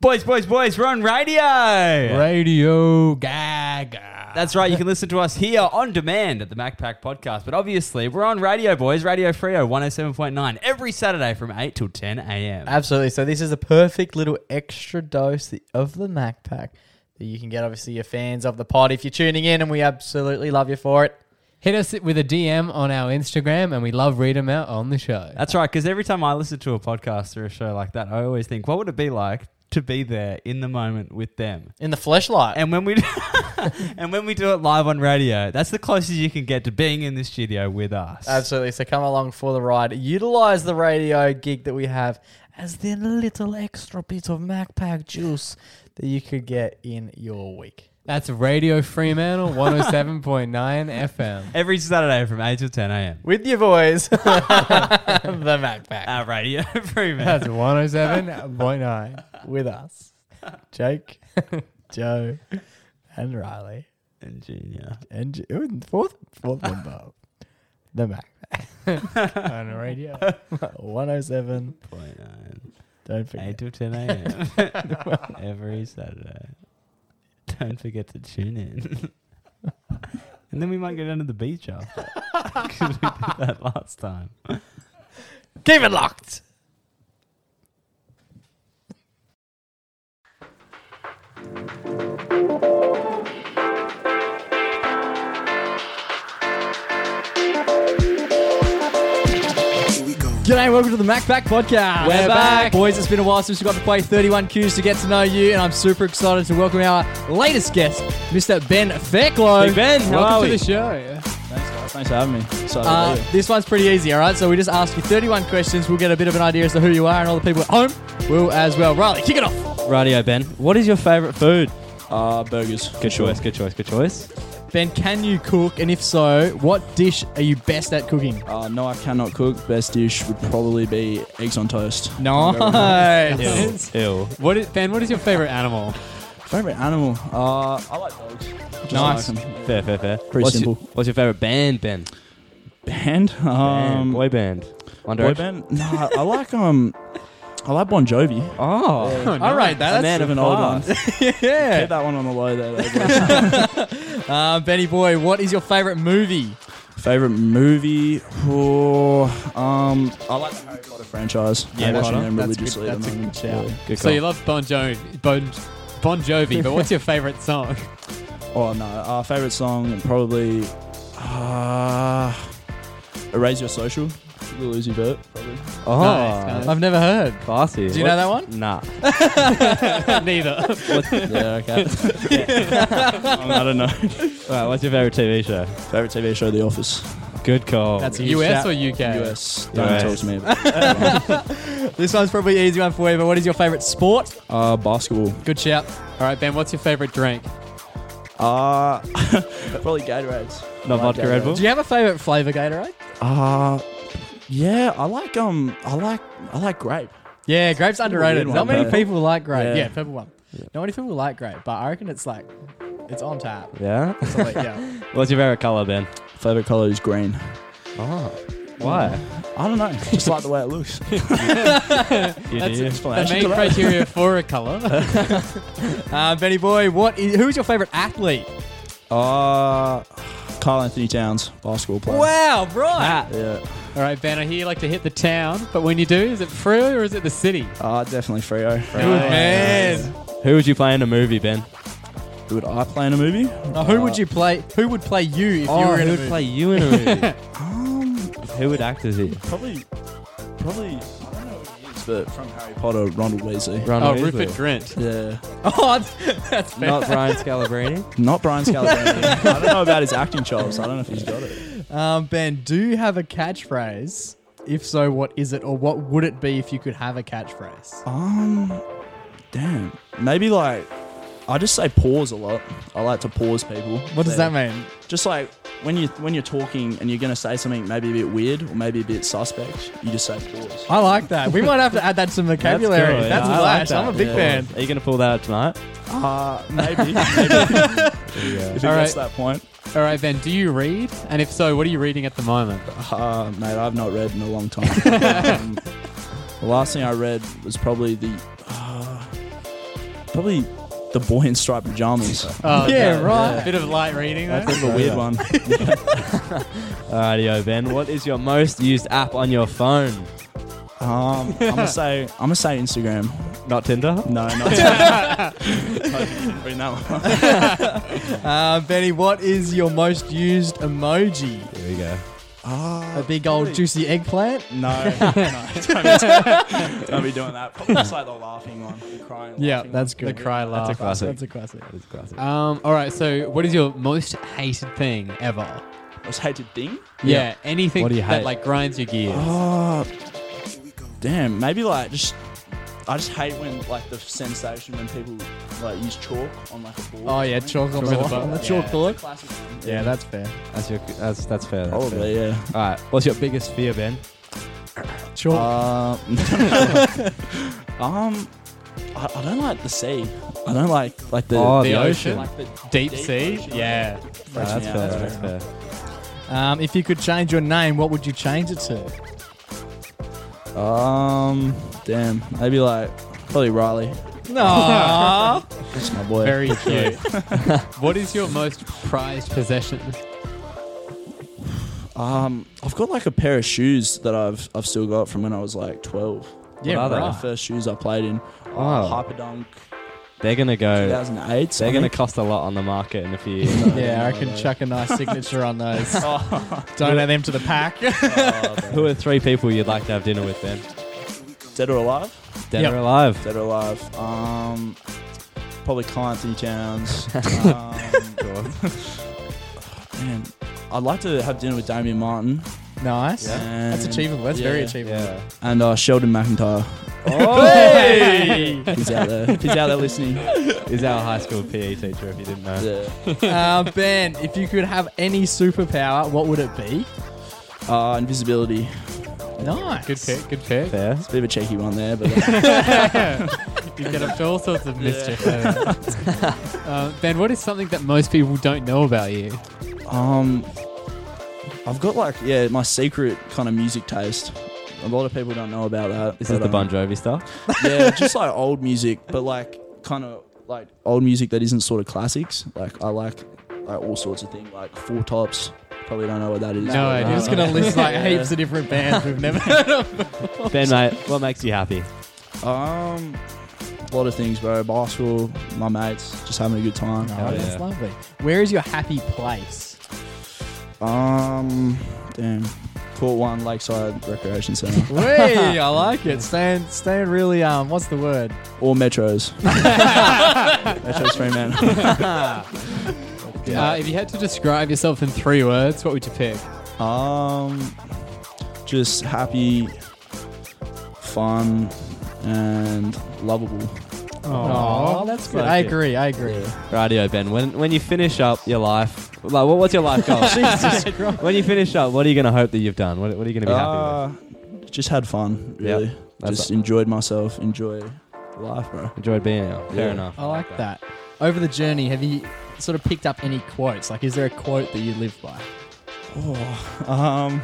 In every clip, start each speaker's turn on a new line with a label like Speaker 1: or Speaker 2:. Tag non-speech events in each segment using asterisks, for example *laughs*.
Speaker 1: Boys, boys, boys, we're on radio.
Speaker 2: Radio Gaga.
Speaker 1: That's right. You can listen to us here on demand at the MacPack Podcast. But obviously, we're on radio, boys. Radio Frio 107.9 every Saturday from 8 till 10 a.m.
Speaker 2: Absolutely. So this is a perfect little extra dose the- of the Mac Pack that you can get. Obviously, your fans of the pod, if you're tuning in, and we absolutely love you for it.
Speaker 3: Hit us with a DM on our Instagram, and we love read them out on the show.
Speaker 1: That's right. Because every time I listen to a podcast or a show like that, I always think, what would it be like to be there in the moment with them?
Speaker 2: In the fleshlight.
Speaker 1: And when we *laughs* and when we do it live on radio, that's the closest you can get to being in the studio with us.
Speaker 2: Absolutely. So come along for the ride. Utilize the radio gig that we have as the little extra bit of Mac Pack juice that you could get in your week.
Speaker 3: That's Radio Fremantle 107.9 FM.
Speaker 1: Every Saturday from 8 till 10 a.m.
Speaker 2: With your boys, the Mac Pack.
Speaker 1: Our radio *laughs* Fremantle.
Speaker 3: That's 107.9.
Speaker 2: with us Jake, *laughs* Joe, and Riley.
Speaker 1: And Junior.
Speaker 2: And Ju- ooh, and fourth, fourth member, the Mac.
Speaker 3: on the radio.
Speaker 2: 107.
Speaker 1: Point nine.
Speaker 2: Don't forget.
Speaker 1: 8 till 10 a.m.
Speaker 2: *laughs*
Speaker 1: every Saturday. Don't forget to tune in. and then we might go down to the beach after. *laughs* Because we did that last time.
Speaker 2: Keep it locked.
Speaker 4: Here we go.
Speaker 2: G'day, welcome to the Mac Pack Podcast.
Speaker 3: We're back.
Speaker 2: Boys, it's been a while since we got to play 31 Qs to get to know you, and I'm super excited to welcome our latest guest, Mr. Ben Fairclough.
Speaker 1: Big Ben, how
Speaker 2: welcome
Speaker 1: are
Speaker 2: to
Speaker 1: we?
Speaker 2: the
Speaker 3: show.
Speaker 5: Thanks, guys. Thanks for having me. Excited
Speaker 2: Uh,
Speaker 5: to be here.
Speaker 2: this one's pretty easy, all right? So we just ask you 31 questions. We'll get a bit of an idea as to who you are, and all the people at home will as well. Riley, kick it off.
Speaker 1: Radio, Ben. What is your favourite food?
Speaker 5: Uh, burgers.
Speaker 1: Good choice, good choice, good choice.
Speaker 2: Ben, can you cook? And if so, what dish are you best at cooking?
Speaker 5: Uh, no, I cannot cook. Best dish would probably be eggs on toast.
Speaker 2: Nice.
Speaker 1: Ew.
Speaker 3: What is, ben, what is your favorite animal?
Speaker 5: Favorite animal? Uh, I like dogs. Just
Speaker 2: Nice.
Speaker 5: like 'em.
Speaker 1: Fair, fair, fair.
Speaker 5: Pretty
Speaker 1: what's
Speaker 5: simple.
Speaker 1: Your, what's your favourite band, Ben?
Speaker 5: Band? Um,
Speaker 1: Band, boy band. One
Speaker 5: boy
Speaker 1: Direction?
Speaker 5: band? Nah, I like um, I like Bon *laughs* Jovi.
Speaker 1: Oh. *laughs*
Speaker 2: All right,
Speaker 5: A
Speaker 2: that's
Speaker 5: man of an old one. *laughs* Keep
Speaker 2: yeah.
Speaker 5: that one on the low there. though, boys.
Speaker 2: Uh, Benny boy, what is your favorite movie?
Speaker 5: *laughs* Favorite movie? Oh, um, I like the Harry Potter franchise.
Speaker 2: Yeah,
Speaker 5: I'm
Speaker 2: that's
Speaker 5: watching
Speaker 2: right.
Speaker 5: them
Speaker 2: That's
Speaker 5: religiously
Speaker 2: good-
Speaker 5: at the
Speaker 2: that's a
Speaker 5: moment.
Speaker 2: good shout.
Speaker 5: Yeah.
Speaker 1: Good
Speaker 3: So
Speaker 1: call.
Speaker 3: you love Bon Jovi, bon, bon Jovi, but
Speaker 2: *laughs*
Speaker 3: what's your favorite song?
Speaker 5: Oh no, our favorite song probably uh, "Erase Your Social." Lil Uzi Vert. Probably.
Speaker 1: oh.
Speaker 3: Nice,
Speaker 2: Ah. I've never heard.
Speaker 1: Classy.
Speaker 2: Do you know that one?
Speaker 1: Nah.
Speaker 2: *laughs*
Speaker 3: Neither.
Speaker 5: yeah, okay. *laughs* I don't know.
Speaker 1: Alright, what's your favourite TV show?
Speaker 5: Favorite TV show, The Office.
Speaker 1: Good call.
Speaker 2: That's a huge
Speaker 3: US
Speaker 2: shout.
Speaker 3: or UK?
Speaker 5: US. Don't
Speaker 1: US.
Speaker 5: talk to me. About that.
Speaker 2: This one's probably an easy one for you, but what is your favorite sport?
Speaker 5: uh, basketball.
Speaker 2: Good shout.
Speaker 3: All right, Ben, what's your favorite drink?
Speaker 5: Uh, *laughs* probably Gatorades.
Speaker 1: Not
Speaker 5: I
Speaker 1: vodka, Red
Speaker 5: Gatorades.
Speaker 1: Bull?
Speaker 2: Do you have a favorite flavor Gatorade?
Speaker 5: Uh, yeah, I like um, I like I like grape.
Speaker 2: Yeah, grape's underrated.
Speaker 5: weird one,
Speaker 2: Not many
Speaker 5: but-
Speaker 2: people like grape.
Speaker 5: Yeah.
Speaker 2: Yeah, purple one. Not many people like grape, but I reckon it's like it's on tap.
Speaker 1: Yeah.
Speaker 2: So like, *laughs* yeah.
Speaker 1: What's your favorite color, Ben?
Speaker 5: Favorite color is green.
Speaker 1: Oh, why?
Speaker 5: I don't know. Just like the way
Speaker 1: *laughs*
Speaker 5: it looks.
Speaker 1: You
Speaker 3: That's
Speaker 1: do.
Speaker 3: it. The
Speaker 5: explanation.
Speaker 3: main
Speaker 2: *laughs*
Speaker 3: criteria for a color.
Speaker 2: Uh, Benny boy, what is who's your favorite athlete?
Speaker 5: Uh, Carl Anthony Towns, basketball player.
Speaker 2: Wow, right.
Speaker 1: Ah,
Speaker 5: Yeah.
Speaker 3: All right, Ben, I hear you like to hit the town, but when you do, is it Frio or is it the city? Oh,
Speaker 5: Uh, definitely Frio.
Speaker 2: Good man.
Speaker 1: Who would you play in a movie, Ben?
Speaker 5: Would I play in a movie?
Speaker 2: Now, who would you play? Who would play you if you
Speaker 1: oh,
Speaker 2: were in
Speaker 1: who
Speaker 2: a
Speaker 1: would
Speaker 2: movie?
Speaker 1: play you in a
Speaker 2: *laughs*
Speaker 1: movie?
Speaker 5: Um,
Speaker 1: who would act as you?
Speaker 5: probably, probably. I don't know who it is, but from Harry Potter, Ronald Weasley.
Speaker 1: Ron
Speaker 3: Oh,
Speaker 1: Weasley.
Speaker 3: Rupert Grint.
Speaker 5: Yeah,
Speaker 2: Oh, that's- that's fair.
Speaker 1: Not Brian Scalabrine.
Speaker 5: not *laughs* Brian Scalabrine. I don't know about his acting chops. I don't know if he's got it.
Speaker 2: Um, ben, do you have a catchphrase? If so, what is it, or what would it be if you could have a catchphrase?
Speaker 5: Um, damn. Maybe like I just say pause a lot. I like to pause people.
Speaker 2: What does
Speaker 5: So,
Speaker 2: that mean?
Speaker 5: Just like when you when you're talking and you're gonna say something maybe a bit weird or maybe a bit suspect, you just say pause.
Speaker 2: I like that. We might have to add that to the vocabulary. Oh, That's,
Speaker 1: cool, yeah, I
Speaker 2: flash.
Speaker 1: like that.
Speaker 2: I'm a big
Speaker 5: Yeah.
Speaker 2: fan.
Speaker 1: Are you going to pull that out tonight?
Speaker 5: Uh,
Speaker 2: *laughs*
Speaker 5: maybe. maybe if it
Speaker 3: All
Speaker 5: gets
Speaker 3: right.
Speaker 5: to that point.
Speaker 3: All right, Ben, do you read? And if so, what are you reading at the moment?
Speaker 5: Uh, mate, I've not read in a long *laughs* time. um, the last thing I read was probably the. Uh, probably the boy in striped
Speaker 2: *laughs*
Speaker 5: pajamas.
Speaker 2: Oh,
Speaker 3: Yeah, right.
Speaker 2: A bit of light reading there.
Speaker 5: That's a weird one.
Speaker 6: Alrighty, Ben. What is your most used app on your phone?
Speaker 5: Um, I'm gonna say I'm gonna say Instagram.
Speaker 6: Not Tinder.
Speaker 2: *laughs*
Speaker 5: No, not *laughs* Bring that one.
Speaker 3: Uh, Benny, what is your most used emoji?
Speaker 6: Here we go.
Speaker 3: A big old juicy eggplant?
Speaker 2: *laughs*
Speaker 5: No, no, don't be, don't be doing that. Probably just like the laughing one, the crying.
Speaker 2: Yeah,
Speaker 5: laughing
Speaker 3: That's good.
Speaker 2: The cry laugh.
Speaker 6: That's a classic.
Speaker 3: That's a classic.
Speaker 6: That is classic.
Speaker 2: Um, all right, so what is your most hated thing ever?
Speaker 5: one. Most hated thing.
Speaker 2: Yeah, anything
Speaker 6: What do you
Speaker 2: that
Speaker 6: hate?
Speaker 2: like grinds your gears.
Speaker 5: Oh,
Speaker 7: Here we go.
Speaker 5: damn. Maybe like just. I just hate when like the sensation when people like use chalk on like a board.
Speaker 3: Oh, yeah, chalk on
Speaker 2: Chalk
Speaker 3: the,
Speaker 2: on the
Speaker 3: on the
Speaker 2: bottom.
Speaker 3: chalkboard.
Speaker 5: Classic.
Speaker 3: Yeah. that's fair.
Speaker 6: That's your. That's that's fair. That's
Speaker 5: Probably yeah.
Speaker 6: Fair. All right. What's your biggest fear, Ben?
Speaker 2: Oh.
Speaker 3: Chalk.
Speaker 5: Um, *laughs* um, I, I don't like the sea. I don't like like the
Speaker 6: Oh,
Speaker 2: the
Speaker 6: the
Speaker 2: ocean.
Speaker 5: like the
Speaker 2: Deep sea?
Speaker 5: ocean.
Speaker 2: Yeah.
Speaker 6: Oh,
Speaker 5: Freaks
Speaker 6: that's
Speaker 5: me
Speaker 6: fair.
Speaker 5: out.
Speaker 6: That's fair.
Speaker 3: Um, if you could change your name, what would you change it
Speaker 2: *laughs*
Speaker 3: to?
Speaker 5: Um, damn. Maybe like probably Riley.
Speaker 3: No.
Speaker 5: That's my boy.
Speaker 2: Very
Speaker 3: *laughs*
Speaker 2: cute. what is your most prized possession?
Speaker 5: Um, I've got like a pair of shoes that I've I've still got from when I was like twelve.
Speaker 2: Yeah,
Speaker 5: They're
Speaker 2: right.
Speaker 5: the first shoes I played in. uh,
Speaker 6: Oh.
Speaker 5: Hyperdunk
Speaker 6: They're gonna go.
Speaker 5: 2008.
Speaker 6: They're
Speaker 5: I
Speaker 6: gonna
Speaker 5: think.
Speaker 6: cost a lot on the market in a few years.
Speaker 3: *laughs*
Speaker 5: *laughs*
Speaker 3: yeah, I reckon chuck a nice signature on
Speaker 2: *laughs*
Speaker 3: those.
Speaker 2: Oh.
Speaker 3: Donate them to the pack. *laughs*
Speaker 6: Who are three people you'd like to have dinner with, Ben?
Speaker 5: dead or alive.
Speaker 6: Dead
Speaker 3: Yep.
Speaker 6: or alive?
Speaker 5: Dead or alive. Um, probably Carl Anthony Towns. um, *laughs* man, I'd like to have dinner with Damian Martin.
Speaker 3: Nice.
Speaker 5: And,
Speaker 3: That's achievable. That's very
Speaker 5: yeah.
Speaker 3: achievable.
Speaker 6: Yeah.
Speaker 5: And uh, Sheldon McIntyre.
Speaker 6: Hey!
Speaker 5: He's out there. He's out there listening.
Speaker 6: He's our high school PE teacher, if you didn't know.
Speaker 5: Yeah.
Speaker 3: *laughs* Uh, ben, if you could have any superpower, what would it be?
Speaker 5: Uh, invisibility.
Speaker 3: Nice.
Speaker 2: Good pick, good pick.
Speaker 6: Fair.
Speaker 5: It's a bit of a cheeky one there, but.
Speaker 2: *laughs* You get up to all sorts of mischief. eh? uh, ben, what is something that most people don't know about you?
Speaker 5: Um, I've got like yeah, my secret kind of music taste. A lot of people don't know about that.
Speaker 6: This is
Speaker 5: but,
Speaker 6: the
Speaker 5: um,
Speaker 6: Bon Jovi stuff. *laughs*
Speaker 5: yeah, just like old music, but like kind of like old music that isn't sort of classics. Like I like like all sorts of things, like Four Tops. Probably don't know what that is. um,
Speaker 2: No idea. Oh,
Speaker 3: I'm just going to list
Speaker 2: *laughs*
Speaker 3: like
Speaker 5: *laughs*
Speaker 3: heaps of different bands we've never heard of.
Speaker 6: Ben, mate, what makes you happy?
Speaker 5: Um, a lot of things, bro. Basketball, my mates, just having a good time.
Speaker 3: Oh, that's
Speaker 6: yeah.
Speaker 3: lovely. Where is your happy place?
Speaker 5: Um, damn, Court One Lakeside Recreation Centre
Speaker 3: Wee, *laughs* I like it. Staying, staying really, um, what's the word?
Speaker 5: or Metros. *laughs* Metros Fremantle.
Speaker 2: Uh, if you had to describe yourself in three words, what would you pick?
Speaker 5: Um, just happy, fun, and lovable.
Speaker 3: Oh, that's good. I
Speaker 6: like it.
Speaker 3: agree, I agree. *laughs*
Speaker 6: Radio, Ben. When when you finish up your life, like, what, what's your
Speaker 5: *laughs*
Speaker 6: life goal?
Speaker 3: Jesus Christ.
Speaker 6: when you finish up, what are you going to hope that you've done? What, what are you going to be happy
Speaker 5: Uh, just had fun,
Speaker 6: Yeah,
Speaker 5: really.
Speaker 6: that's
Speaker 5: just
Speaker 6: a-
Speaker 5: enjoyed myself. Enjoy life, bro.
Speaker 6: with? Enjoyed being here. Fair
Speaker 5: Yeah.
Speaker 6: enough.
Speaker 3: I like that. Over the journey, have you sort of picked up any quotes? Like, is there a quote that you live by?
Speaker 5: Oh, um,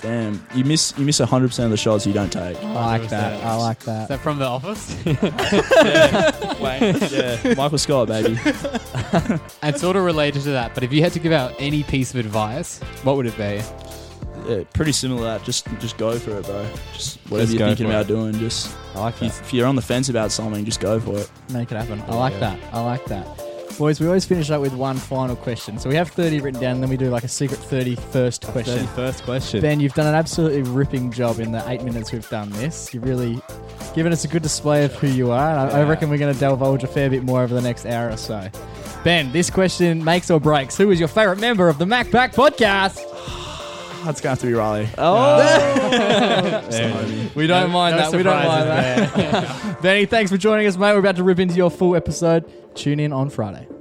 Speaker 5: damn, you miss you miss hundred percent of the shots you don't
Speaker 6: *laughs*
Speaker 5: take.
Speaker 3: I like that. I like
Speaker 2: Is
Speaker 3: that.
Speaker 2: that from The Office? *laughs*
Speaker 5: yeah, Michael Scott, baby.
Speaker 2: and sort of related to that, but if you had to give out any piece of advice, what would it be?
Speaker 5: Yeah, pretty similar. to that just just go for it, bro. Just whatever
Speaker 6: Just
Speaker 5: you're
Speaker 6: go
Speaker 5: thinking
Speaker 6: for
Speaker 5: about
Speaker 6: it.
Speaker 5: doing, just
Speaker 6: I like
Speaker 5: if, you,
Speaker 6: that.
Speaker 5: if you're on the fence about something, just go for it.
Speaker 3: Make it happen. I
Speaker 2: Oh,
Speaker 3: like that. I like that. Boys, we always finish up with one final question. So we have 30 written down, then we do like a secret 30 first question.
Speaker 6: First question.
Speaker 3: Ben, you've done an absolutely ripping job in the eight minutes we've done this. You've really given us a good display of who you are, and I, I
Speaker 6: Yeah.
Speaker 3: reckon we're going to divulge a fair bit more over the next hour or so. Ben, this question makes or breaks. Who is your favourite member of the MacPack podcast?
Speaker 6: Oh,
Speaker 5: That's gonna have to be Riley.
Speaker 3: *laughs* We don't mind
Speaker 2: no
Speaker 3: that. We don't mind
Speaker 2: surprises
Speaker 3: *laughs* that. Benny, thanks for joining us, mate. We're about to rip into your full episode. Tune in on Friday.